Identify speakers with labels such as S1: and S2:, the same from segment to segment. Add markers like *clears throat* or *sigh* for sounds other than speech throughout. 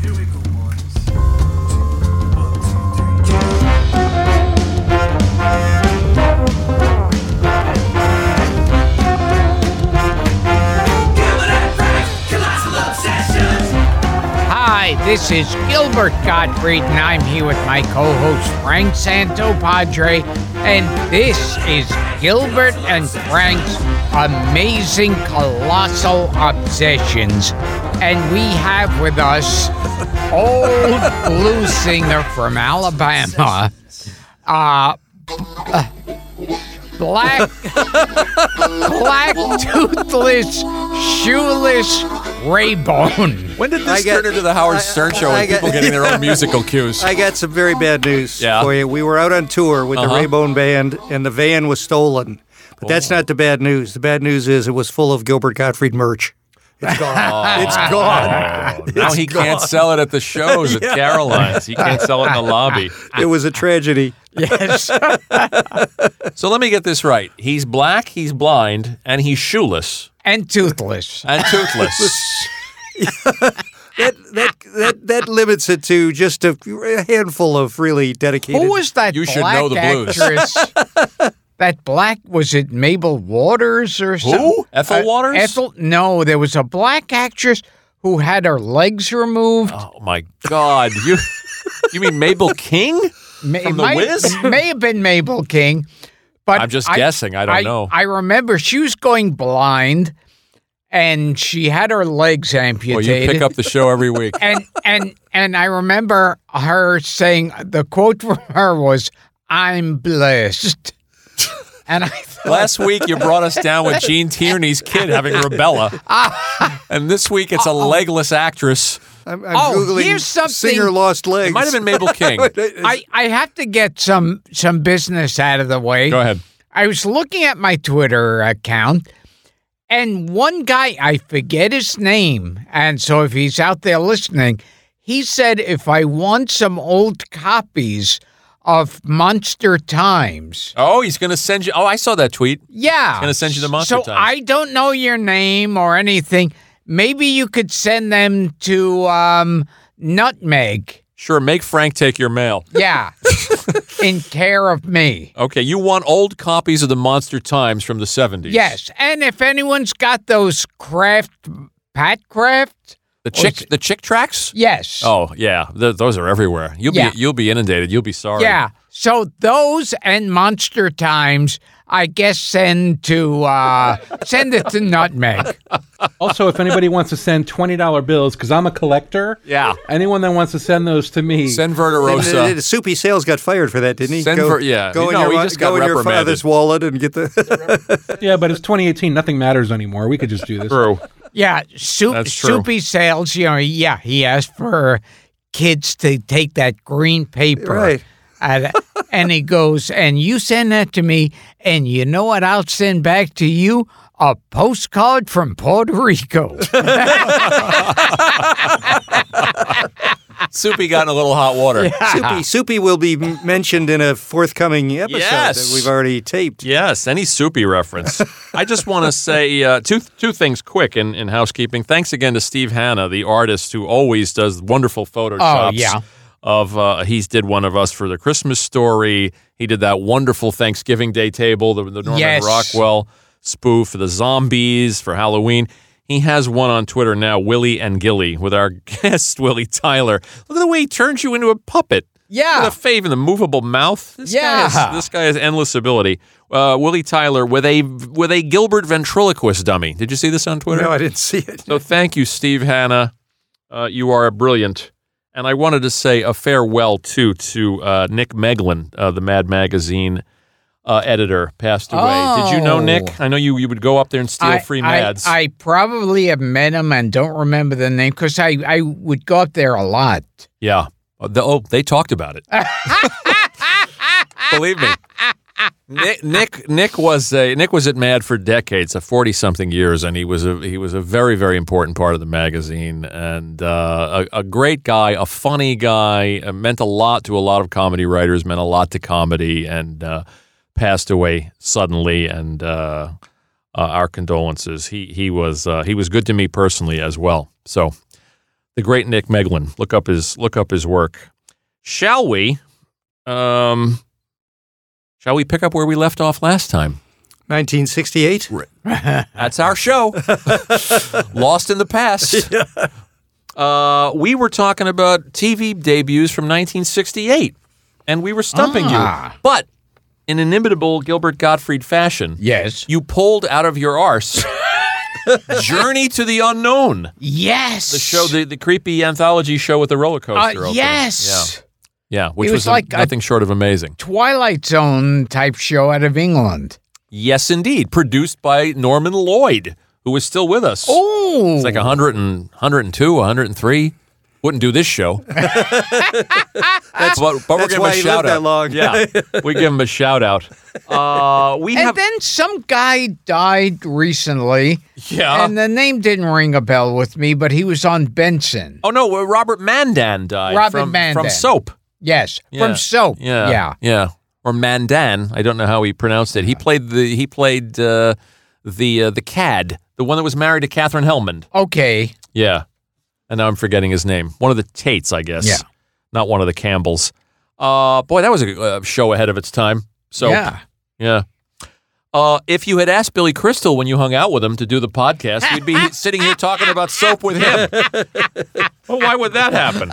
S1: Here we go, boys. Two, one, two, three, two.
S2: Hi, this is Gilbert Gottfried, and I'm here with my co host Frank Santopadre, and this is Gilbert and Frank's Amazing Colossal Obsessions. And we have with us old blues singer from Alabama, uh, black black toothless shoeless raybone.
S3: When did this
S4: I get-
S3: turn into the Howard
S4: I-
S3: Stern show
S4: I
S3: with
S4: get-
S3: people getting their own musical
S4: *laughs*
S3: cues?
S4: I got some very bad news
S3: Yeah.
S4: for you. We were out on tour with
S3: Uh-huh. Oh.
S4: the Raybone Band, and the van was stolen. But that's not the bad news. The bad news is it was full of Gilbert Gottfried merch. It's
S3: *laughs*
S4: gone. it's gone.
S3: Ah, now he can't sell it at the shows at Caroline's. He can't sell it in the lobby.
S4: It was a tragedy.
S2: Yes.
S3: So let me get this right. He's black, he's blind, and he's shoeless
S2: and toothless.
S3: and toothless.
S4: That that that that limits it to just a, a handful of really dedicated.
S2: Who was that
S3: You should
S2: black
S3: know the blues.
S2: actress?
S3: *laughs*
S2: that black was it Mabel Waters or
S3: Who?
S2: something?
S3: Ethel Waters?
S2: Ethel? No, there was a black actress who had her legs removed.
S3: Oh my God. You You mean Mabel King?
S2: Ma- it
S3: from The
S2: might-
S3: Wiz?
S2: it *laughs* may have been Mabel King, but
S3: I'm just guessing. I don't know.
S2: I remember she was going blind, and she had her legs
S3: Well,
S2: amputated.
S3: you pick up the show every week.
S2: and and and I remember her saying the quote from her was, "I'm blessed," and I thought,
S3: Last week you brought us down with Gene Tierney's kid having rubella. And this week it's a legless actress.
S4: I'm, I'm
S2: Oh,
S4: googling
S2: here's something-
S4: singer lost legs.
S3: It might have been Mabel King.
S2: I I have to get some some business out of the way.
S3: Go ahead.
S2: I was looking at my Twitter account, and one guy I forget his name, and so if he's out there listening, he said if I want some old copies of Monster Times.
S3: Oh, he's going to send you. Oh, I saw that tweet.
S2: Yeah.
S3: gonna send you the Monster
S2: So
S3: Times.
S2: I don't know your name or anything. Maybe you could send them to um, Nutmeg.
S3: Sure, make Frank take your mail. *laughs*
S2: Yeah. in care of me.
S3: Okay, you want old copies of the Monster Times from the 70s.
S2: Yes. And if anyone's got those craft, Pat Craft?
S3: The chick the chick tracks?
S2: Yes.
S3: Oh, yeah. Th- those are everywhere. You'll
S2: Yeah.
S3: be you'll be inundated. You'll be sorry.
S2: Yeah. So those and Monster Times, I guess, send to uh, send it to Nutmeg.
S5: Also, if anybody wants to send twenty dollar bills, because I'm a collector.
S3: Yeah.
S5: Anyone that wants to send those to me,
S3: Send
S4: *laughs* And, uh,
S3: Verderosa.
S4: Soupy Sales got fired for that, didn't he?
S3: Send
S4: go,
S3: for- yeah.
S4: Go in
S3: No,
S4: your,
S3: he
S4: wa-
S3: just
S4: go
S3: got
S4: in your
S3: reprimanded.
S4: father's wallet and get the.
S5: yeah, but it's 2018. Nothing matters anymore. We could just do this.
S3: True.
S2: Yeah, soup,
S3: That's true.
S2: soupy sales. You know, yeah, he asked for kids to take that green paper,
S4: Right.
S2: And, and he goes, and you send that to me, and you know what? I'll send back to you a postcard from Puerto
S3: *laughs*
S2: Rico.
S3: Soupy got in a little
S2: *laughs*
S3: hot water.
S4: Soupy, Soupy will be m- mentioned in a forthcoming episode
S3: Yes.
S4: that we've already taped.
S3: Yes, any soupy reference.
S2: *laughs*
S3: I just want to say uh, two two things quick in, in housekeeping. Thanks again to Steve Hanna, the artist who always does wonderful photo chops.
S2: Oh, yeah.
S3: Of uh, he's did one of us for the Christmas story. He did that wonderful Thanksgiving Day table, the, the Norman
S2: Yes.
S3: Rockwell spoof for the zombies for Halloween. He has one on Twitter now, Willie and Gilly, with our *laughs* guest Willie Tyler. Look at the way he turns you into a puppet.
S2: Yeah.
S3: With a fave and the movable mouth. This
S2: Yeah.
S3: Guy has, this guy has endless ability. Uh, Willie Tyler with a with a Gilbert ventriloquist dummy. Did you see this on Twitter?
S4: No, I didn't see it.
S3: So thank you, Steve Hanna. Uh, you are brilliant. And I wanted to say a farewell too to uh, Nick Meglin, uh, the Mad Magazine uh, editor, passed away. Did you know
S2: Oh.
S3: Nick? I know you. You would go up there and steal
S2: I,
S3: free
S2: I-
S3: Mads.
S2: I, probably have met him and don't remember the name because I, I would go up there a lot.
S3: yeah. Uh, the- oh, they talked about it. Believe believe me. Nick, Nick Nick was a Nick was at Mad for decades, forty something years, and he was a he was a very very important part of the magazine, and uh, a, a great guy, a funny guy, uh, meant a lot to a lot of comedy writers, meant a lot to comedy, and uh, passed away suddenly, and uh, uh, our condolences. He he was uh, he was good to me personally as well. So the great Nick Meglin, look up his look up his work. Shall we? Um, Shall we pick up where we left off last time?
S4: 1968.
S3: That's
S2: *laughs*
S3: our show. Lost in the past. Uh, we were talking about TV debuts from 1968, and we were stumping
S2: Ah.
S3: you. But in inimitable Gilbert Gottfried fashion,
S2: Yes.
S3: you pulled out of your
S2: *laughs*
S3: arse Journey to the Unknown,
S2: Yes.
S3: the show, the, the creepy anthology show with the roller coaster.
S2: Uh,
S3: opening.
S2: yes.
S3: Yeah, yeah which
S2: It
S3: was,
S2: was like a-
S3: nothing short of amazing.
S2: Twilight Zone type show out of England.
S3: Yes, indeed. Produced by Norman Lloyd, who is still with us.
S2: Oh,
S3: It's like 100 and, 102, 103. Wouldn't do this *laughs* show. that's, but, but we're
S4: that's
S3: giving
S4: why
S3: him a
S4: he lived
S3: shout
S4: that
S3: out.
S4: long. *laughs*
S3: Yeah, we give him a shout out. Uh, we
S2: and
S3: have
S2: then some guy died recently,
S3: yeah.
S2: and the name didn't ring a bell with me, but he was on Benson.
S3: oh no, well, Robert Mandan died
S2: Robert
S3: from from
S2: Mandan.
S3: Soap.
S2: Yes,
S3: Yeah.
S2: from Soap.
S3: Yeah,
S2: yeah.
S3: yeah. Or Mandan. I don't know how he pronounced it. He played the he played uh, the uh, the cad, the one that was married to Catherine Hellmond.
S2: Okay.
S3: Yeah. And now I'm forgetting his name. One of the Tates, I guess.
S2: Yeah.
S3: Not one of the Campbells. Uh, boy, that was a uh, show ahead of its time. So,
S2: yeah.
S3: yeah. Uh, if you had asked Billy Crystal when you hung out with him to do the podcast, we'd be sitting here talking about soap with him. well, why would that happen?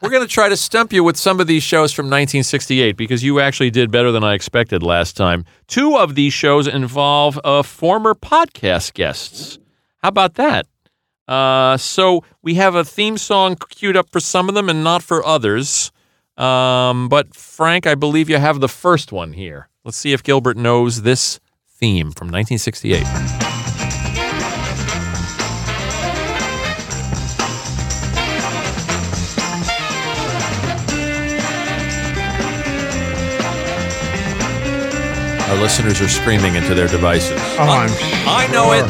S3: We're going to try to stump you with some of these shows from 1968 because you actually did better than I expected last time. Two of these shows involve uh, former podcast guests. How about that? Uh, so we have a theme song queued up for some of them and not for others. Um, but Frank, I believe you have the first one here. Let's see if Gilbert knows this theme from 1968. Our listeners are screaming into their devices.
S2: Oh, I'm
S3: I know it.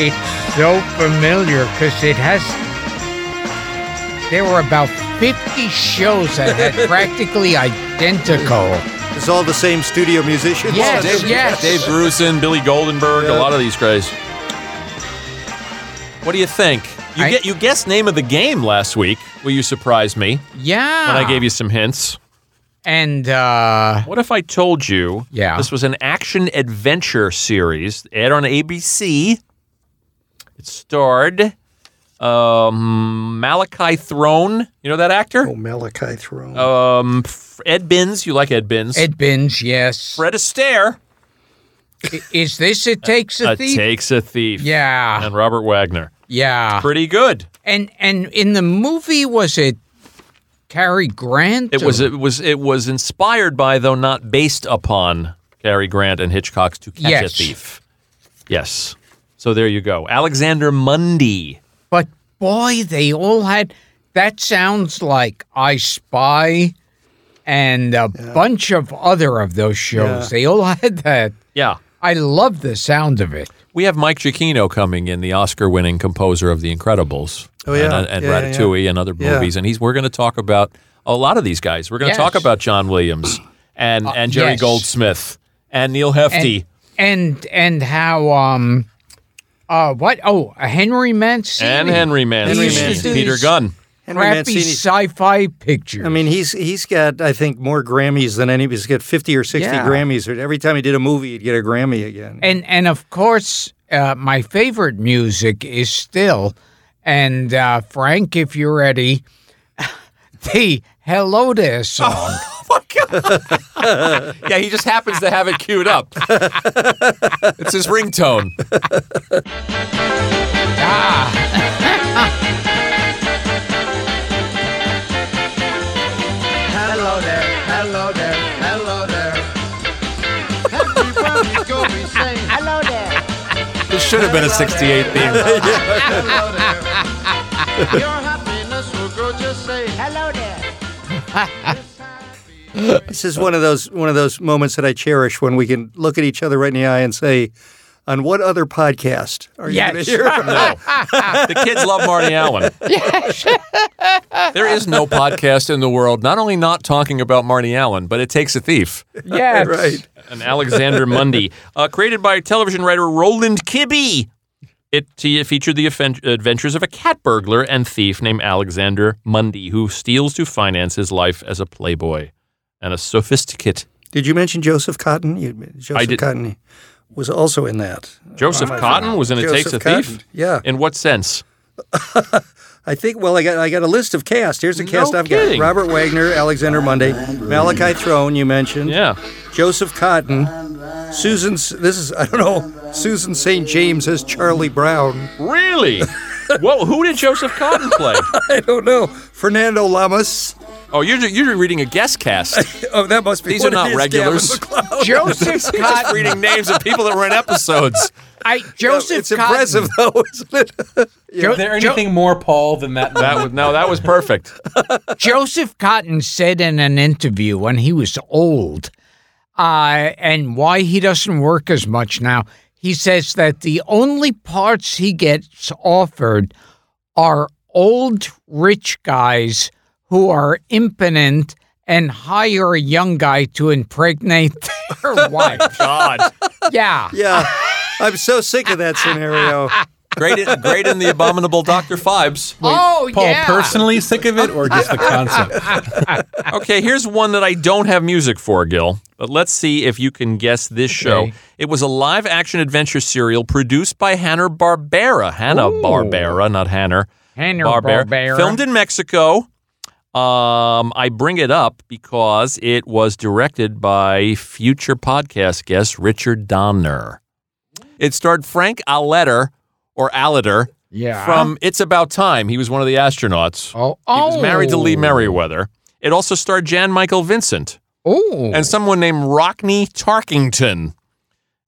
S2: It's so familiar because it has. There were about 50 shows that
S3: *laughs*
S2: had practically identical.
S4: It's all the same studio musicians.
S2: Yes,
S3: Dave,
S2: yes.
S3: Dave Grusin, Billy Goldenberg, a lot of these guys. What do you think? You
S2: I-
S3: get you guessed name of the game last week. Will you surprise me
S2: Yeah.
S3: when I gave you some hints?
S2: And, uh,
S3: What if I told you
S2: Yeah.
S3: this was an action adventure series aired on ABC? It starred um, Malachi Throne. You know that actor?
S4: Oh, Malachi Throne.
S3: Um, Ed Binns. You like Ed Binns.
S2: Ed Binge, yes.
S3: Fred Astaire.
S2: I- Is this It Takes a
S3: Uh,
S2: Thief?
S3: takes a thief.
S2: yeah.
S3: And Robert Wagner.
S2: Yeah.
S3: Pretty good.
S2: And and in the movie, was it Cary Grant?
S3: It was
S2: or-
S3: it was it was inspired by though not based upon Cary Grant and Hitchcock's To Catch
S2: Yes.
S3: a Thief. Yes. So there you go. Alexander Mundy.
S2: But boy, they all had. That sounds like I Spy and a bunch of other of those shows. They all *laughs* had that.
S3: Yeah.
S2: I love the sound of it.
S3: We have Mike Giacchino coming in, the Oscar-winning composer of The Incredibles
S4: Oh, yeah.
S3: and, and
S4: Yeah, yeah, yeah.
S3: Ratatouille and other
S4: Yeah.
S3: movies, and he's we're going to talk about a lot of these guys. We're going to
S2: Yes.
S3: talk about John Williams
S4: Uh,
S3: and and Jerry
S2: yes.
S3: Goldsmith and Neil Hefti.
S2: And and how um uh what oh Henry Mancini
S3: and Henry Mancini,
S4: Henry Mancini.
S3: Peter Gunn.
S4: Henry
S2: crappy
S4: Mancini.
S2: sci-fi picture.
S4: I mean, he's he's got I think more Grammys than anybody. He's got fifty or sixty
S2: Yeah.
S4: Grammys. Every time he did a movie, he'd get a Grammy again.
S2: and and of course uh, my favorite music is still and uh, Frank if you're ready *laughs* the Hello There
S4: Oh,
S2: song.
S3: Yeah, he just happens to have it queued up. it's his ringtone. Ah.
S6: Hello there, hello there, hello there. Everybody's gonna be saying hello there,
S3: This should have been a 68 theme.
S6: hello there. Your happiness will grow say hello there.
S4: This is one of those one of those moments that I cherish when we can look at each other right in the eye and say, "On what other podcast are you?"
S2: Yes.
S4: gonna share?"
S3: No. the kids love Marty *laughs* Allen. there is no podcast in the world, not only not talking about Marty Allen, but it takes a thief.
S2: Yes.
S4: *laughs* *laughs* Right.
S3: An Alexander *laughs* Mundy. Uh, created by television writer Roland Kibbe. It t- featured the affen- adventures of a cat burglar and thief named Alexander Mundy, who steals to finance his life as a playboy and a sophisticate.
S4: *laughs* Did you mention Joseph Cotton? You, Joseph
S3: did-
S4: Cotton was also in that.
S3: Joseph
S4: Oh, my
S3: Cotton
S4: God.
S3: was in It
S4: Joseph
S3: Takes a
S4: Cotton,
S3: Thief?
S4: yeah.
S3: In what sense?
S4: I think. Well, I got I got a list of cast. Here's the cast I've
S3: kidding.
S4: got: Robert Wagner, Alexander Monday, Malachi Throne. You mentioned.
S3: Yeah.
S4: Joseph Cotton, Susan. S- This is I don't know. Susan St. James as Charlie Brown. *laughs*
S3: Really? Whoa, who did Joseph Cotton play?
S4: I don't know. Fernando Lamas.
S3: Oh, you're, ju- you're reading a
S4: *laughs*
S3: guest cast.
S4: Oh, that must be.
S3: These
S4: one
S3: are
S4: of
S3: not
S4: his *laughs*
S3: regulars.
S4: Gavin McLeod.
S2: Joseph
S3: Just
S2: Cotton.
S3: *laughs* reading names of people that were in episodes.
S2: I, Joseph
S4: it's
S2: Cotton.
S4: impressive *laughs* though, isn't it?
S2: Jo-
S5: Is there
S2: Jo-
S5: anything more Paul than that?
S3: That was no, that was perfect.
S2: Joseph Cotton said in an interview when he was old, uh, and why he doesn't work as much now, he says that the only parts he gets offered are old rich guys who are impotent and hire a young guy to impregnate
S3: *laughs*
S2: their wife.
S3: God,
S2: Yeah.
S4: Yeah. I'm so sick of that
S3: *laughs*
S4: scenario.
S3: great, in, great in the abominable Doctor Fibes.
S2: oh,
S5: Paul
S2: yeah.
S5: personally sick of it or just the concept?
S3: Okay, here's one that I don't have music for, Gil. But let's see if you can guess this show. It was a live action adventure serial produced by Hanna Barbera. Hanna Barbera, not Hanner.
S2: Hanna-Barbera.
S3: Filmed in Mexico. Um, I bring it up because it was directed by future podcast guest Richard Donner. It starred Frank Alletter or Alletter
S2: Yeah.
S3: from It's About Time. He was one of the astronauts.
S2: oh,
S3: He was married to Lee
S2: oh.
S3: Merriweather. It also starred Jan Michael Vincent
S2: Oh.
S3: and someone named Rockney Tarkington.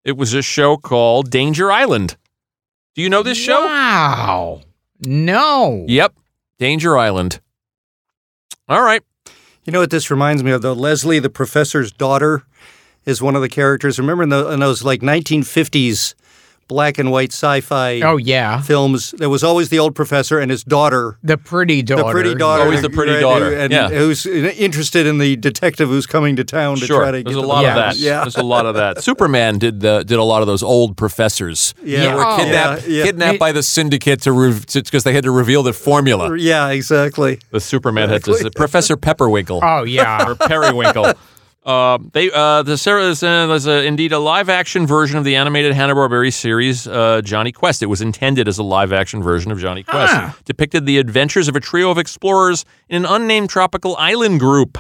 S3: It was a show called Danger Island. Do you know this show?
S2: Wow. No.
S3: Yep, Danger Island. All right.
S4: You know what this reminds me of though? Leslie, the professor's daughter, is one of the characters. Remember in, the, in those like 1950s black and white sci-fi
S2: Oh, yeah.
S4: films, there was always the old professor and his daughter.
S2: The pretty daughter.
S4: The pretty daughter.
S3: Always the pretty daughter,
S4: And
S3: yeah.
S4: who's interested in the detective who's coming to town to
S3: Sure.
S4: try to get
S3: There's a
S4: the
S3: lot of
S4: bombs.
S3: that.
S4: Yeah.
S3: There's a lot
S4: *laughs*
S3: of that. Superman did the did a lot of those old professors.
S4: Yeah.
S3: They were
S2: Oh.
S3: kidnapped,
S4: Yeah, yeah.
S3: kidnapped by the syndicate to because they had to reveal the formula.
S4: Yeah, exactly.
S3: The Superman had to Professor Pepperwinkle.
S2: Oh, yeah.
S3: or periwinkle. *laughs* Um, they uh, the series uh, there's a, indeed a live action version of the animated Hanna Barbera series uh, Johnny Quest. It was intended as a live action version of Johnny Quest, depicted the adventures of a trio of explorers in an unnamed tropical island group.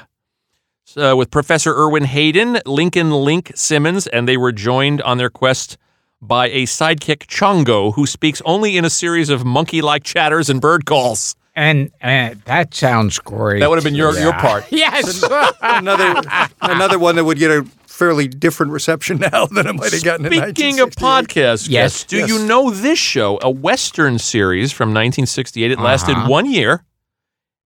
S3: Uh, with Professor Irwin Hayden, Lincoln Link Simmons, and they were joined on their quest by a sidekick Chongo, who speaks only in a series of monkey-like chatters and bird calls.
S2: And uh, that sounds great.
S3: That would have been your your part.
S2: *laughs*
S3: *laughs*
S2: Yes.
S4: Another another one that would get a fairly different reception now *laughs* than it might have gotten in
S3: Speaking of
S4: 1968.
S3: podcasts,
S2: Yes.
S3: do you know this show, a Western series from 1968? It lasted
S2: Uh-huh.
S3: one year,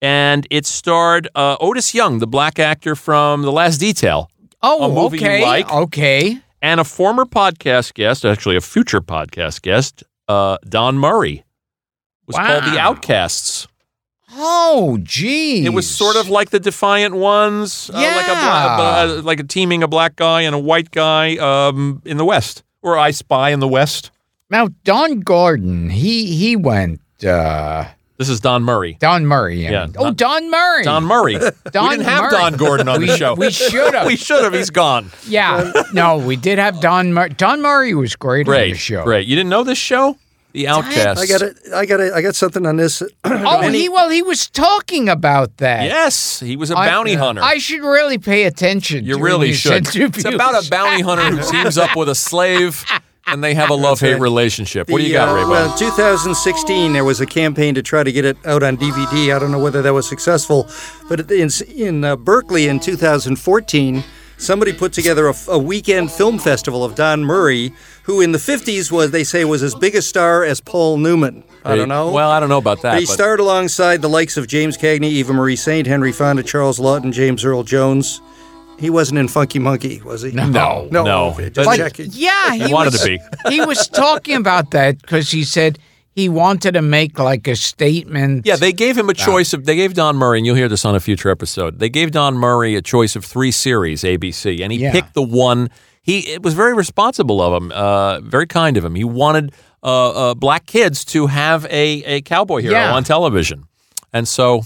S3: and it starred uh, Otis Young, the black actor from The Last Detail,
S2: oh,
S3: A movie you
S2: okay.
S3: like?
S2: Okay.
S3: and a former podcast guest, actually a future podcast guest, uh, Don Murray, was called The
S2: Wow.
S3: Outcasts.
S2: Oh, geez.
S3: It was sort of like the Defiant Ones, uh, like a bla-
S2: Yeah.
S3: uh, like a teaming a black guy and a white guy um, in the West, or I Spy in the West.
S2: now Don Gordon. He he went. Uh,
S3: This is Don Murray.
S2: Don Murray. I
S3: Yeah,
S2: mean.
S3: Don-
S2: oh, Don Murray.
S3: Don Murray.
S2: Don
S3: *laughs* we didn't have
S2: Murray.
S3: Don Gordon on the
S2: We-
S3: show.
S2: we
S3: *laughs*
S2: should've.
S3: we should have. He's gone.
S2: Yeah. no, we did have Don Murray. Don Murray was great, on
S3: Great.
S2: the show.
S3: Great. You didn't know this show? The Outcast.
S4: I got it. I got it. I got something on this. *clears throat*
S2: Oh, he well he was talking about that.
S3: Yes, he was a
S2: I-
S3: bounty hunter.
S2: I should really pay attention.
S3: you
S2: to
S3: really
S2: these
S3: should.
S2: interviews.
S3: It's about a bounty
S2: *laughs*
S3: hunter who teams up with a slave, and they have a love-hate relationship. What do you
S4: The,
S3: got,
S4: uh,
S3: Ray? Bob?
S4: Well, 2016, there was a campaign to try to get it out on DVD. I don't know whether that was successful, but in, in uh, Berkeley in 2014, somebody put together a, a weekend film festival of Don Murray, who in the 50s was, they say, was as big a star as Paul Newman. I don't know.
S3: Well, I don't know about that.
S4: But he
S3: but-
S4: starred alongside the likes of James Cagney, Eva Marie Saint, Henry Fonda, Charles Lawton, James Earl Jones. He wasn't in Funky Monkey, was he?
S3: No,
S4: no.
S3: no.
S4: okay, just
S3: But-
S4: checking.
S2: Yeah, he
S3: wanted
S2: was,
S3: to be.
S2: *laughs* He was talking about that because he said he wanted to make like a statement.
S3: Yeah, they gave him a choice of. They gave Don Murray, and you'll hear this on a future episode. They gave Don Murray a choice of three series, ABC, and he
S2: Yeah.
S3: picked the one. He it was very responsible of him, uh, very kind of him. He wanted uh, uh, black kids to have a a cowboy hero
S2: Yeah.
S3: on television, and so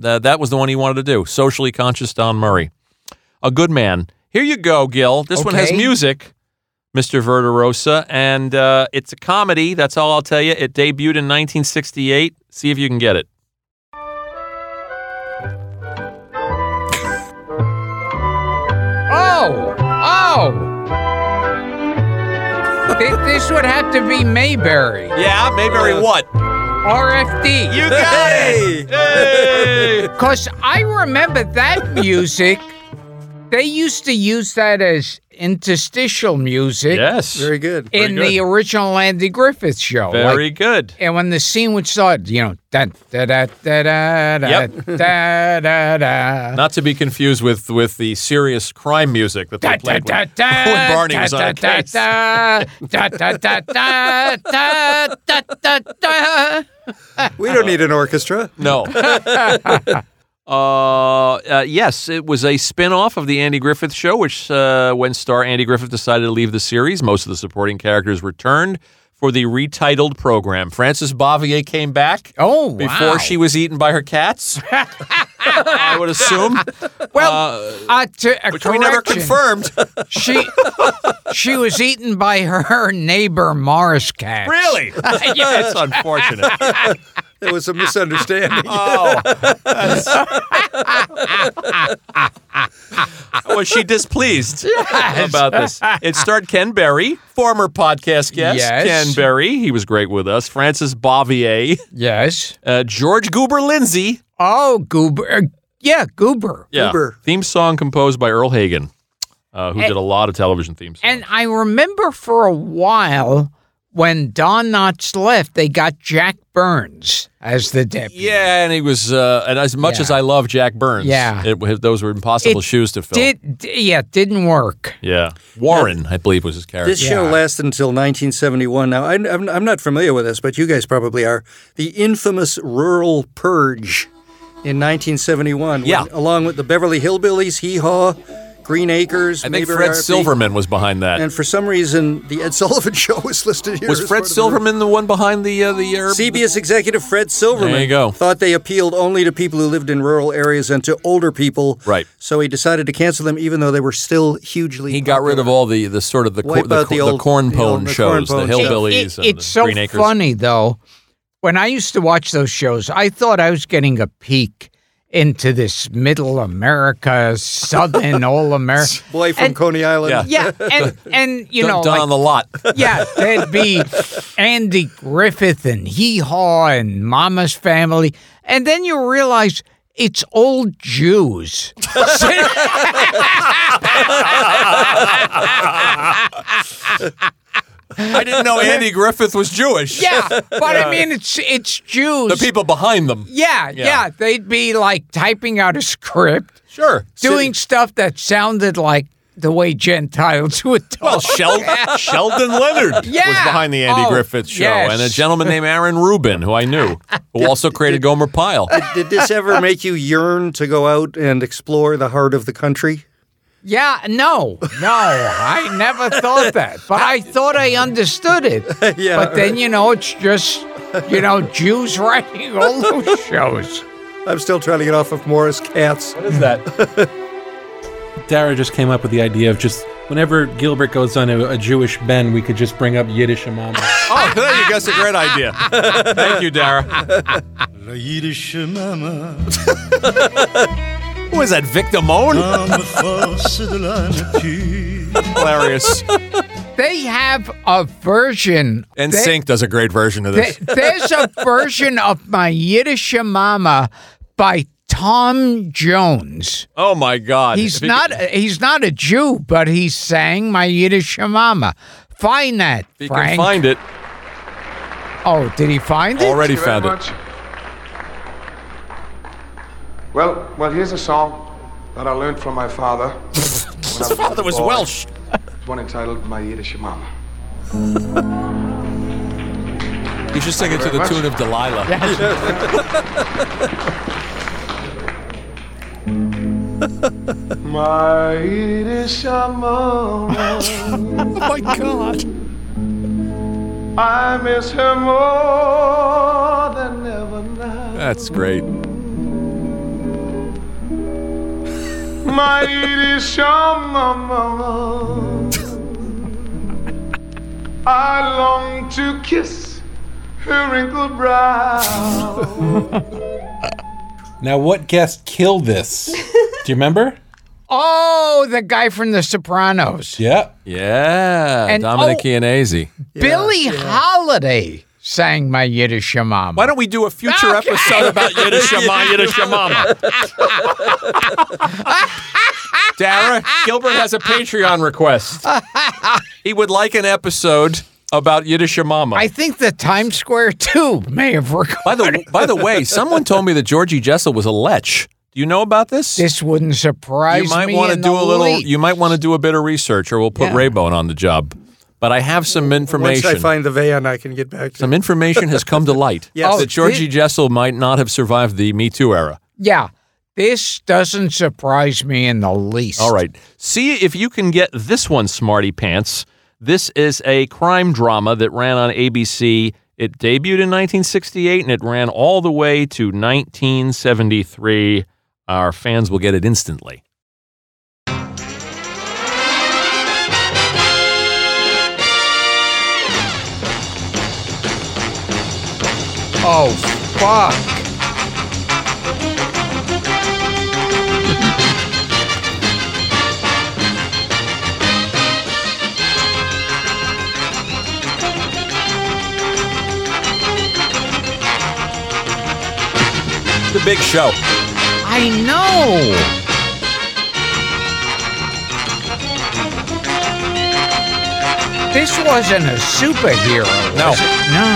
S3: th- that was the one he wanted to do. Socially conscious Don Murray, a good man. Here you go, Gil. This one has
S2: Okay.
S3: music. Mr. Verderosa, and uh, it's a comedy. That's all I'll tell you. It debuted in 1968. See if you can get it.
S2: Oh, oh. Thi- this would have to be Mayberry.
S3: Yeah, Mayberry
S2: Uh, *laughs*
S3: what?
S2: RFD.
S3: You got it! Hey!
S2: Because I remember that music. They used to use that as interstitial music
S3: yes.
S4: Very good.
S2: in the
S3: good.
S2: original Andy Griffith show. like
S3: Very good.
S2: And when the scene would start, you know, da da da da da da
S3: Yep.
S2: da da
S3: *laughs*
S2: da.
S3: Not to be confused with with the serious crime music that
S2: Da,
S3: they
S2: da,
S3: played
S2: da,
S3: when,
S2: da,
S3: when Barney
S2: da,
S3: was on
S2: da,
S3: a case.
S2: da, da, da, da, da, da, da, da, da.
S4: We don't need an orchestra.
S3: No. Uh, uh, yes, it was a spin-off of the Andy Griffith Show, which uh, when star Andy Griffith decided to leave the series, most of the supporting characters returned for the retitled program. Frances Bavier came back
S2: Oh, wow.
S3: before she was eaten by
S2: *laughs*
S3: her cats. I would assume,
S2: well, uh, to, a
S3: which we never
S2: correction.
S3: confirmed.
S2: She she was eaten by her neighbor Morris cat.
S3: Really? That's unfortunate.
S4: It was a
S3: *laughs*
S4: misunderstanding.
S3: Oh. Was she displeased about this? It starred Ken Berry, former podcast guest.
S2: Yes.
S3: Ken Berry, he was great with us. Francis Bavier,
S2: Yes.
S3: uh, George Goober Lindsay.
S2: Oh, goober. uh, yeah, goober.
S3: Yeah.
S4: Goober.
S3: Theme song composed by Earl Hagen, uh, who did a lot of television theme songs.
S2: And I remember for a while when Don Knotts left, they got Jack Burns as the deputy.
S3: yeah, and he was, uh, and as much
S2: Yeah.
S3: as I love Jack Burns,
S2: Yeah.
S3: it, those were impossible
S2: It
S3: shoes to fill.
S2: Did d- yeah, didn't work.
S3: yeah, Warren, I believe, was his character.
S4: This show
S2: Yeah.
S4: lasted until 1971. Now, I, I'm, I'm not familiar with this, but you guys probably are. The infamous rural purge in 1971. when-
S3: Yeah.
S4: along with the Beverly Hillbillies, Hee Haw, Green Acres,
S3: I think
S4: Mayberry
S3: Fred
S4: RFD.
S3: Silverman was behind that.
S4: And for some reason, the Ed Sullivan *laughs* Show was listed here.
S3: was
S4: as
S3: Fred
S4: part of the-
S3: Silverman the one behind the uh, the uh,
S4: CBS executive Fred Silverman
S3: There you go.
S4: thought they appealed only to people who lived in rural areas and to older people.
S3: Right.
S4: So he decided to cancel them, even though they were still hugely.
S3: He got rid of all the, the sort of the cor-
S4: Wipe
S3: the,
S4: out the
S3: cor- the
S4: old-
S3: corn
S4: the old-
S3: pone
S4: the
S3: shows,
S4: corn pone
S3: the
S4: shows.
S2: It-
S3: hillbillies. and
S2: it's
S3: the
S2: so
S3: Green Acres.
S2: funny though. When I used to watch those shows, I thought I was getting a peek into this middle America, *laughs* southern all America.
S4: boy from Coney Island.
S3: Yeah.
S2: Yeah, and and you know,
S3: Dumped on
S2: like,
S3: the lot.
S2: yeah, there'd be Andy Griffith and Hee Haw and Mama's Family, and then you realize it's old Jews.
S3: *laughs* I didn't know Andy Griffith was Jewish.
S2: yeah, *laughs* but I mean, it's it's Jews.
S3: The people behind them.
S2: yeah, yeah, they'd be like typing out a script,
S3: Sure.
S2: doing stuff that sounded like the way Gentiles *laughs* would talk.
S3: Well, Shel- Sheldon Leonard
S2: Yeah.
S3: was behind the Andy
S2: Oh,
S3: Griffith show,
S2: yes.
S3: and a gentleman named Aaron Rubin, who I knew,
S2: *laughs*
S3: who also created Gomer Pyle.
S4: Did this
S3: *laughs*
S4: ever make you yearn to go out and explore the heart of the country?
S2: yeah, no, no, I never thought that, but I thought I understood it.
S4: Yeah.
S2: but then you know, it's just you know Jews *laughs* writing all those shows.
S4: I'm still trying to get off of Morris Katz.
S5: What is that? Dara just came up with the idea of just whenever Gilbert goes on a, a Jewish bend, we could just bring up Yiddish Imam.
S3: oh, *laughs* there you go. That's a great idea. *laughs* Thank you, Dara.
S1: La jüdische
S3: *laughs*
S1: Mama
S3: Who was that, Vic Damone?
S1: nahm Force de la Natur.
S3: Hilarious.
S2: They have a version.
S3: And
S2: they-
S3: Sync does a great version of *laughs*
S2: There-
S3: this.
S2: there's a version of my Yiddish Mama by Tom Jones.
S3: Oh my God!
S2: He's
S3: If he-
S2: not he's not a Jew, but he sang my Yiddish Mama. Find that,
S3: If you can
S2: Frank.
S3: find it,
S2: oh, did he find it?
S3: already
S7: Thank you very
S3: found it.
S7: much. Well, well, here's a song that I learned from my father. His
S3: Father was Welsh.
S7: One entitled "My Yiddish Mama."
S3: You should sing it to the tune of Delilah. *laughs*
S7: My Yiddish Mama,
S3: Oh my God!
S7: I miss her more than ever now.
S3: That's great.
S7: My Yiddish Mama, I long to kiss her wrinkled brow.
S5: Now, what guest killed this? Do you remember?
S2: Oh, the guy from The Sopranos.
S5: Yeah.
S3: Yeah,
S2: And-
S3: Dominic
S2: oh.
S3: Iannese.
S2: Billy Holiday sang my Yiddish Mama.
S3: Why don't we do a future
S2: Okay.
S3: episode about Yiddish Yama, Yiddish Mama? *laughs* Dara, Gilbert has a Patreon request. He would like an episode about Yiddish Mama.
S2: I think the Times Square Two may have
S3: by
S2: recorded.
S3: the by the way, someone told me that Georgie Jessel was a lech. Do you know about this?
S2: This wouldn't surprise
S3: you might
S2: me.
S3: wanna
S2: in
S3: do
S2: the
S3: a little.
S2: least.
S3: You might want to do a bit of research, or we'll put
S2: Yeah.
S3: Raybone on the job. But I have some
S4: Once
S3: information.
S4: I find the van, I can get back to
S3: some information has come to light
S4: Yes.
S3: that
S4: Oh,
S3: Georgie
S2: thi-
S3: Jessel might not have survived the Me Too era.
S2: yeah, this doesn't surprise me in the least.
S3: All right. See if you can get this one, Smarty Pants. This is a crime drama that ran on ABC. It debuted in 1968 and it ran all the way to 1973. Our fans will get it instantly.
S2: Oh fuck!
S3: The big show.
S2: I know. This wasn't a superhero.
S3: No.
S2: Was it? No.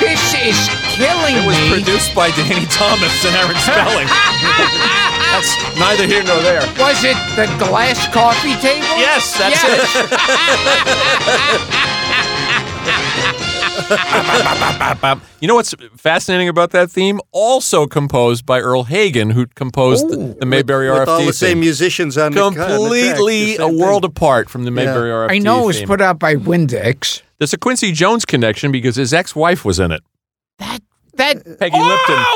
S2: This is killing
S3: It was
S2: me.
S3: produced by Danny Thomas and Aaron Spelling. That's neither here nor there.
S2: Was it the glass coffee table?
S3: Yes, that's
S2: yes. it.
S3: Um, you know what's fascinating about that theme? Also composed by Earl Hagen, who composed the, the Mayberry
S4: with
S3: RFD
S4: all the
S3: theme.
S4: same musicians on the- on the
S3: completely a world apart from the Mayberry RFD.
S2: I know it was
S3: theme.
S2: put out by Windex.
S3: There's a Quincy Jones connection because his ex-wife was in it.
S2: That
S3: Peggy
S2: oh,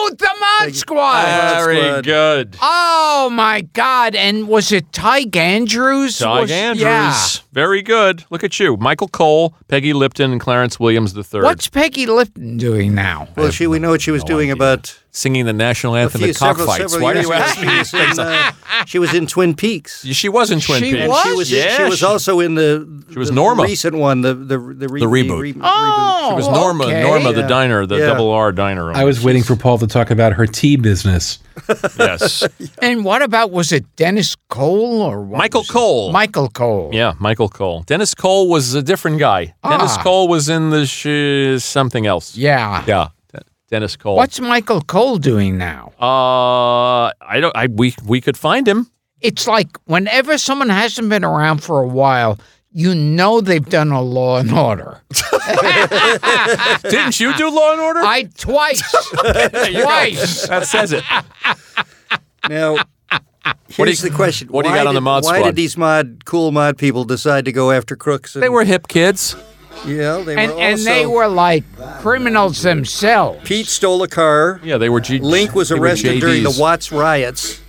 S3: Lipton.
S2: the Mod
S4: Oh,
S2: Squad.
S3: Uh,
S4: Very Squad.
S3: good.
S2: oh my God! And was it Tyke Andrews?
S3: Doug
S2: Was-
S3: Andrews.
S2: Yeah.
S3: Very good. Look at you. Michael Cole, Peggy Lipton, and Clarence Williams III.
S2: What's Peggy Lipton doing now?
S4: Well, she, we know what she was doing about
S3: Singing the national
S4: a
S3: anthem
S4: few
S3: at
S4: several,
S3: cockfights.
S4: several
S3: Why do
S4: years
S3: you
S4: ago.
S3: ask
S4: She was, in, uh, she was in Twin Peaks.
S3: *laughs* She was in Twin
S2: She
S3: Peaks.
S4: And
S2: was?
S4: she was
S3: Yeah,
S4: she was
S3: she-
S4: also in the
S3: She was
S4: the
S3: Norma.
S4: recent one the the the, re-
S3: The reboot.
S4: re-
S2: Oh,
S4: reboot.
S3: It was Norma,
S2: okay.
S3: Norma the
S4: Yeah.
S3: diner, the
S4: Yeah.
S3: double R diner. owner.
S5: I was waiting for Paul to talk about her tea business.
S2: *laughs*
S3: yes,
S2: And what about was it Dennis Cole or what
S3: Michael
S2: was it?
S3: Cole.
S2: Michael Cole.
S3: Yeah, Michael Cole. Dennis Cole was a different guy. Dennis
S2: Ah.
S3: Cole was in the sh- something else.
S2: Yeah.
S3: Yeah, De- Dennis Cole.
S2: What's Michael Cole doing now?
S3: Uh, I don't. I we we could find
S2: *laughs*
S3: him.
S2: It's like whenever someone hasn't been around for a while, you know they've done a Law and
S3: *laughs*
S2: Order.
S3: Didn't you do Law and Order?
S2: I twice, twice.
S3: that says it. *laughs*
S4: Now, here's
S3: do you-
S4: the question:
S3: what do you
S4: Why
S3: got on
S4: did-
S3: the mod
S4: Why
S3: squad?
S4: did these mod cool mod people decide to go after crooks? And,
S3: They were hip kids.
S4: yeah, they
S2: And,
S4: *laughs* were also,
S2: and they were like criminals themselves.
S4: Pete stole a car.
S3: Yeah, they were. G-
S4: Link was
S3: they were
S4: arrested during the
S3: JDs.
S4: Watts
S3: *laughs*
S4: riots.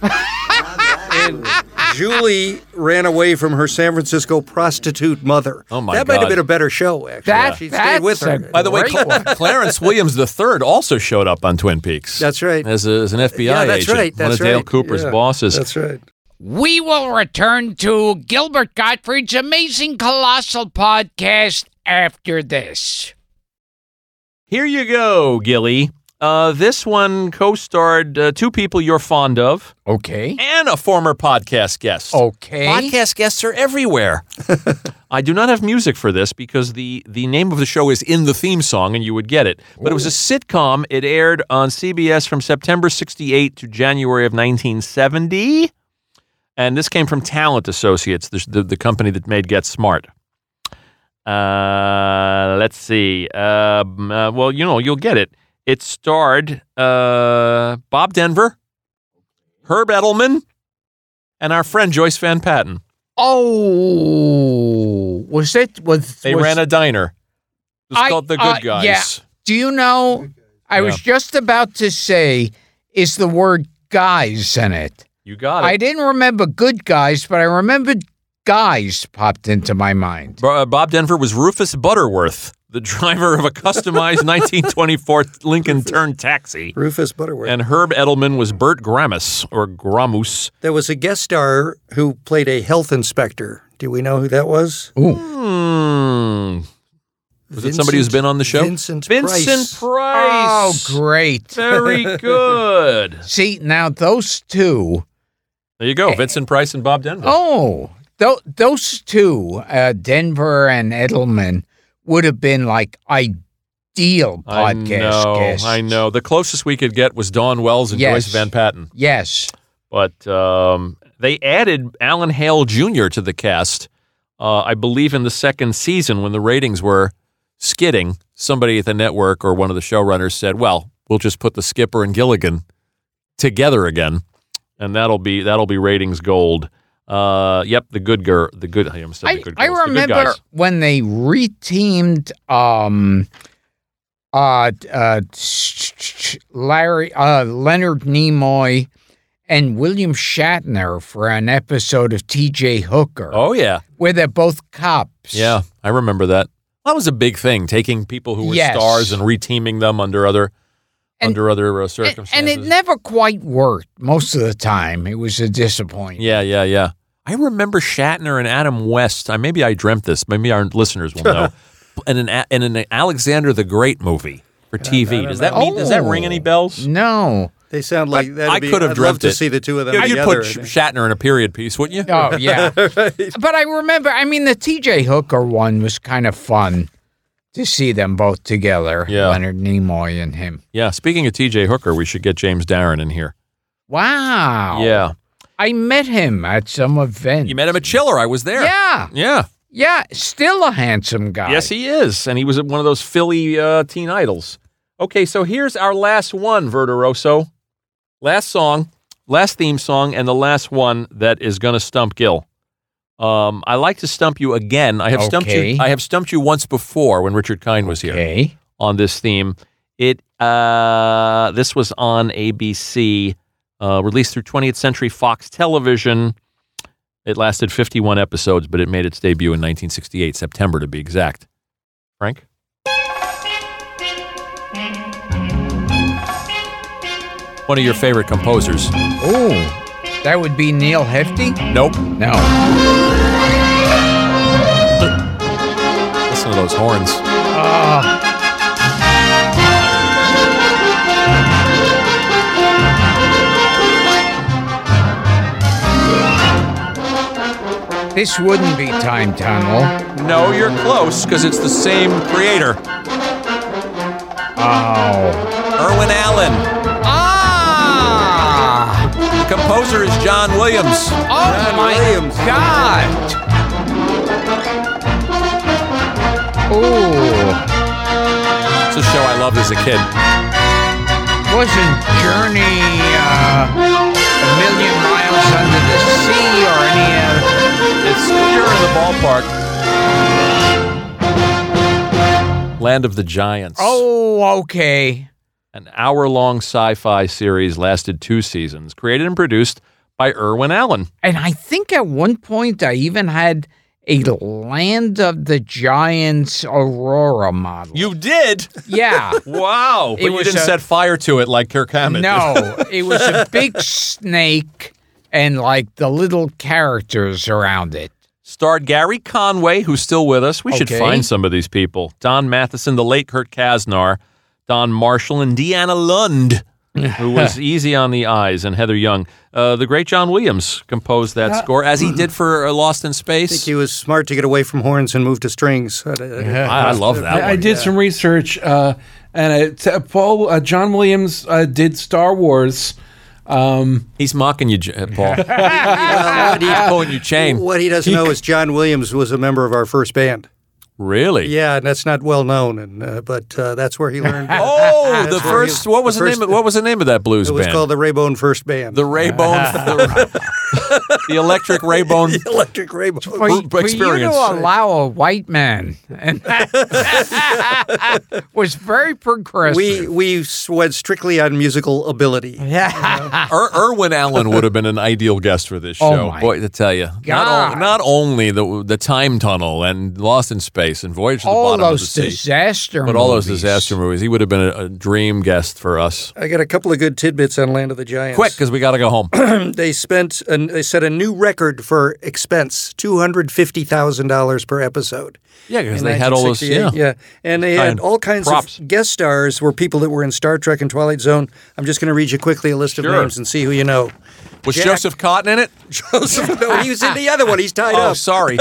S4: and Julie ran away from her San Francisco prostitute mother.
S3: Oh, my
S4: That might
S3: God.
S4: have been a better show. Actually,
S2: That-
S4: she
S2: that's
S4: stayed with her.
S2: a-
S3: By the way,
S2: Great
S3: Cl-
S4: *laughs*
S3: Clarence Williams III also showed up on Twin Peaks.
S4: That's right.
S3: As, a, as an FBI
S4: Yeah, that's
S3: agent,
S4: right.
S3: one
S4: That's
S3: of Dale
S4: right.
S3: Cooper's
S4: Yeah,
S3: bosses.
S4: That's right.
S2: We will return to Gilbert Gottfried's amazing colossal podcast after this.
S3: Here you go, Gilly. Uh, this one co-starred uh, two people you're fond of
S2: Okay.
S3: and a former podcast guest.
S4: Oh,
S2: Okay.
S3: Podcast guests are everywhere. Eh? *laughs* I do not have music for this because the, the name of the show is in the theme song and you would get it. But it was a sitcom. It aired on CBS from September 68 to January of 1970. And this came from Talent Associates, the, the, the company that made Get Smart. Uh, let's see. Um, uh, well, you know, you'll get it. It starred uh, Bob Denver, Herb Edelman, and our friend Joyce Van Patten.
S2: Oh, was it? Was
S3: They
S2: was-
S3: ran a diner. It's
S2: I-
S3: called The Good
S2: uh,
S3: Guys.
S2: yeah. Do you know? I was just about to say, is the word "guys" in it?
S3: You got it.
S2: I didn't remember "good guys," but I remembered "guys" popped into my mind.
S3: Bo- uh, Bob Denver was Rufus Butterworth, the driver of
S2: *laughs*
S3: a customized 1924 Lincoln Turn taxi.
S4: Rufus Butterworth.
S3: And Herb Edelman was Bert Gramus, or Gramus.
S4: there was a guest star who played a health inspector. Do we know who that was?
S3: Hmm. Was it somebody who's
S4: Vincent-
S3: been on the show?
S4: Vincent Price.
S3: Vincent Price.
S2: Oh, great! *laughs*
S3: Very good.
S2: See now those two.
S3: There you go. Vincent Price and Bob Denver.
S2: Oh, tho- those two, uh, Denver and Edelman, would have been like ideal
S3: I
S2: podcast
S3: know.
S2: guests.
S3: I know. The closest we could get was Don Wells and
S2: Yes.
S3: Joyce Van Patten.
S2: Yes.
S3: but um, they added Alan Hale Jr. to the cast. Uh, I believe in the second season when the ratings were skidding, somebody at the network or one of the showrunners said, "Well, we'll just put the skipper and Gilligan together again, and that'll be that'll be ratings gold." Uh, yep, the good girl, the good. I almost said the
S2: I,
S3: good
S2: I
S3: girls, the good
S2: remember
S3: guys.
S2: when they reteamed um uh uh Larry uh Leonard Nimoy and William Shatner for an episode of TJ Hooker
S3: Oh yeah,
S2: where they're both cops.
S3: yeah, I remember that. That was a big thing, taking people who were
S2: Yes.
S3: stars and reteaming them under other
S2: And-
S3: under other uh,
S2: And,
S3: circumstances.
S2: and it never quite worked most of the time. It was a disappointment.
S3: Yeah, yeah, yeah. I remember Shatner and Adam West. I maybe I dreamt this. Maybe our listeners will know. in an a- in an Alexander the Great movie for TV. Does that mean, does that ring any bells?
S2: No.
S4: They sound like that.
S3: I could have
S4: I'd
S3: dreamt
S4: love to
S3: it.
S4: see the two of them
S3: You- You'd
S4: together.
S3: put Sh- Shatner in a period piece, wouldn't you?
S2: Oh *laughs* yeah. But I remember I mean the TJ Hooker one was kind of fun to see them both together.
S3: Yeah.
S2: Leonard Nimoy and him.
S3: Yeah. Speaking of T.J. Hooker, we should get James Darren in here.
S2: Wow.
S3: Yeah.
S2: I met him at some event.
S3: You met him at Chiller. I was there.
S2: Yeah.
S3: Yeah.
S2: Yeah. Still a handsome guy.
S3: Yes, he is, and he was one of those Philly uh, teen idols. Okay, so here's our last one, Verderoso. Last song, last theme song, and the last one that is going to stump Gil. Um, I like to stump you again. I have stumped
S2: Okay.
S3: you. I have stumped you once before when Richard Kine was here
S2: Okay.
S3: on this theme. It uh, this was on ABC, uh, released through 20th Century Fox Television. It lasted 51 episodes, but it made its debut in 1968, September to be exact. Frank, one of your favorite composers?
S2: Oh. That would be Neil Hefty?
S3: Nope.
S2: No.
S3: Listen to those horns.
S2: This wouldn't be Time Tunnel.
S3: No, you're close because it's the same creator,
S2: Oh.
S3: Irwin Allen.
S2: Ah!
S3: The composer is John Williams.
S2: Oh my
S4: Williams.
S2: God! Oh.
S3: It's a show I loved as a kid.
S2: Wasn't Journey uh, a million miles under the sea or any other?
S3: It's you're in the ballpark. Land of the Giants.
S2: Oh, okay.
S3: An hour long sci fi series lasted two seasons, created and produced by Irwin Allen.
S2: And I think at one point I even had a Land of the Giants Aurora model.
S3: You did? *laughs*
S2: yeah.
S3: Wow. But
S2: It
S3: you
S2: was
S3: didn't
S2: a-
S3: set fire to it like Kirk Hammett.
S2: No, it was a big snake and like the little characters around it.
S3: Starred Gary Conway, who's still with us. We should
S2: Okay.
S3: find some of these people. Don Matheson, the late Kurt Kasner, Don Marshall, and Deanna Lund,
S5: *laughs*
S3: who was easy on the eyes, and Heather Young. Uh, the great John Williams composed that score, as he did for uh, Lost in Space.
S4: He was smart to get away from horns and move to strings. Uh,
S3: I, I love that.
S5: I, I
S3: one.
S5: did some research, uh, and it, t- Paul uh, John Williams uh, did Star Wars.
S3: He's mocking you, J- uh,
S5: *laughs*
S3: Paul. He's pulling your chain.
S4: What he doesn't know is John Williams was a member of our first band.
S3: Really?
S4: Yeah, and that's not well known, and uh, but uh, that's where
S3: *laughs*
S4: he learned. *laughs*
S3: Oh, the
S4: That's where
S3: first.
S4: he-
S3: What was the,
S4: the first-
S3: name? Of, what was the name of that blues
S4: It was
S3: band?
S4: called the Raybone First Band.
S3: the Raybone. the, *laughs* the
S4: *laughs*
S3: Electric Raybone.
S4: *laughs* Electric Raybone.
S2: For, for
S3: Group
S2: you to
S3: experience.
S2: allow a white man and that *laughs* was very progressive.
S4: We we went strictly on musical ability.
S3: Ir- Irwin Er, Allen would have been an ideal guest for this
S2: *laughs* Oh
S3: show.
S2: my
S3: Boy, to tell you, not,
S2: God.
S3: on- not only the the time tunnel and Lost in Space and Voyage to the
S2: all
S3: Bottom of the
S2: those
S3: Sea,
S2: disaster
S3: but all those
S2: movies.
S3: disaster movies, he would have been a, a dream guest for us.
S4: I got a couple of good tidbits on Land of the Giants.
S3: Quick, because we got to
S2: *clears throat*
S3: go home.
S4: they spent an, they set a new record for expense two hundred fifty thousand dollars per episode.
S3: yeah, because
S4: in
S3: they had all those.
S4: 1968.
S3: Yeah.
S4: and they
S3: And
S4: had all kinds
S3: props.
S4: of guest stars were people that were in Star Trek and Twilight Zone. I'm just going to read you quickly a list of
S3: Sure.
S4: names and see who you know. *laughs*
S3: was
S4: Jack-
S3: Joseph Cotton in it?
S4: Joseph, no, he was in the other one. He's tied
S3: Oh,
S2: *laughs*
S4: up.
S3: sorry.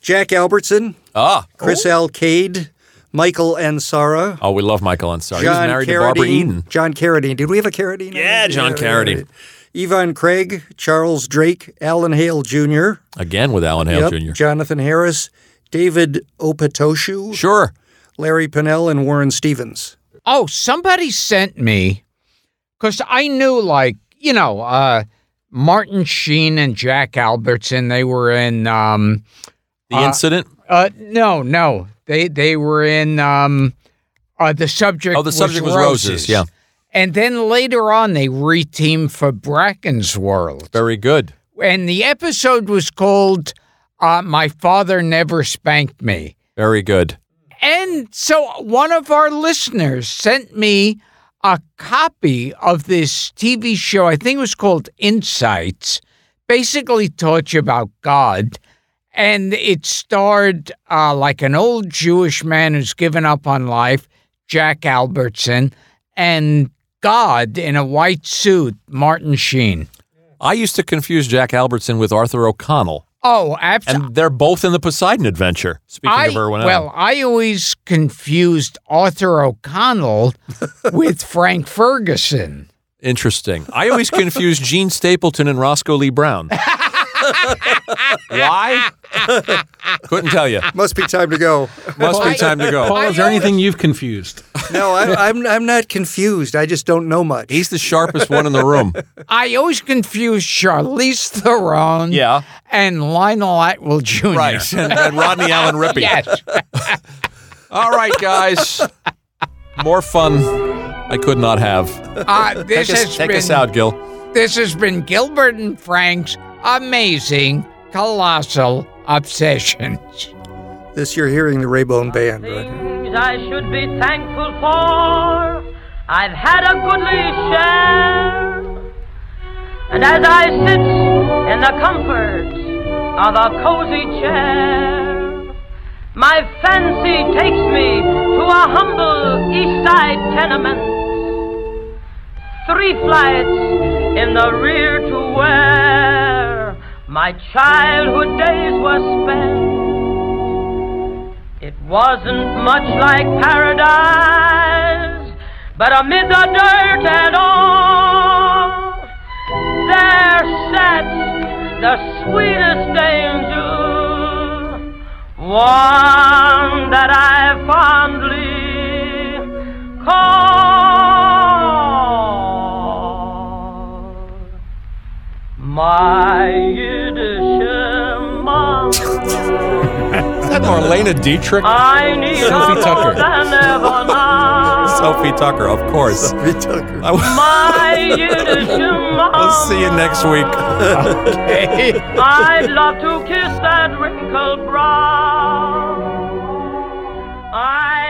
S4: Jack Albertson,
S3: ah,
S4: Chris Alcade, Michael Ansara,
S3: oh, we love Michael Ansari. he was
S4: John
S3: married to Barbara Eden.
S4: Carradine. John Carradine. Did we have a Carradine?
S3: Yeah, John Carradine.
S4: Yvonne Craig, Charles Drake, Alan Hale Jr.,
S3: Again with Alan Hale
S4: Yep,
S3: Jr.
S4: Jonathan Harris, David Opatoshu,
S3: Sure.
S4: Larry Pinnell, and Warren Stevens.
S2: Oh, somebody sent me because I knew, like, you know, uh, Martin Sheen and Jack Albertson, they were in, um,
S3: The incident.
S2: uh, no, no, they, they were in, um, uh, the subject.
S3: Oh, the subject was roses, yeah.
S2: And then later on, they reteamed for Bracken's World.
S3: Very good.
S2: And the episode was called uh, My Father Never Spanked Me.
S3: Very good.
S2: And so one of our listeners sent me a copy of this TV show. I think it was called Insights. Basically, taught you about God. And it starred uh, like an old Jewish man who's given up on life, Jack Albertson, and God in a white suit, Martin Sheen.
S3: I used to confuse Jack Albertson with Arthur O'Connell,
S2: Oh, absolutely.
S3: and they're both in the Poseidon Adventure. Speaking
S2: I,
S3: of Irwin
S2: well, I always confused Arthur
S3: *laughs*
S2: O'Connell with Frank Ferguson.
S3: Interesting. I always confuse Gene Stapleton and Roscoe Lee Brown. Why? Couldn't tell you.
S4: Must be time to go. *laughs*
S3: Must be time to go.
S5: Paul, is there anything you've confused?
S4: No, I, I'm I'm not confused. I just don't know much.
S3: He's the sharpest one in the room.
S2: *laughs* I always confuse Charlize Theron
S3: *laughs* Yeah.
S2: and Lionel Atwell Jr.
S3: Right. And, and Rodney Allen Rippey.
S2: *laughs*
S3: *laughs*
S2: Yes.
S3: All right, guys. More fun I could not have.
S2: Uh, this,
S3: Take, us,
S2: has
S3: take
S2: been,
S3: us out, Gil.
S2: this has been Gilbert and Frank's amazing, colossal obsessions.
S4: this you're hearing the Raybone Band, right?
S8: things I should be thankful for. I've had a goodly share. And as I sit in the comforts of a cozy chair, my fancy takes me to a humble east side tenement. Three flights in the rear to where my childhood days were spent. It wasn't much like paradise, but amid the dirt and all, there sat the sweetest angel, one that I fondly call my Yiddish mom.
S3: Is that Marlena Dietrich?
S8: I need
S3: Sophie
S8: her
S3: Tucker.
S8: more than ever now.
S3: Sophie Tucker, of course. I-
S8: My Yiddish mama.
S3: We'll see you next week.
S8: I'd love to kiss that wrinkled brow. I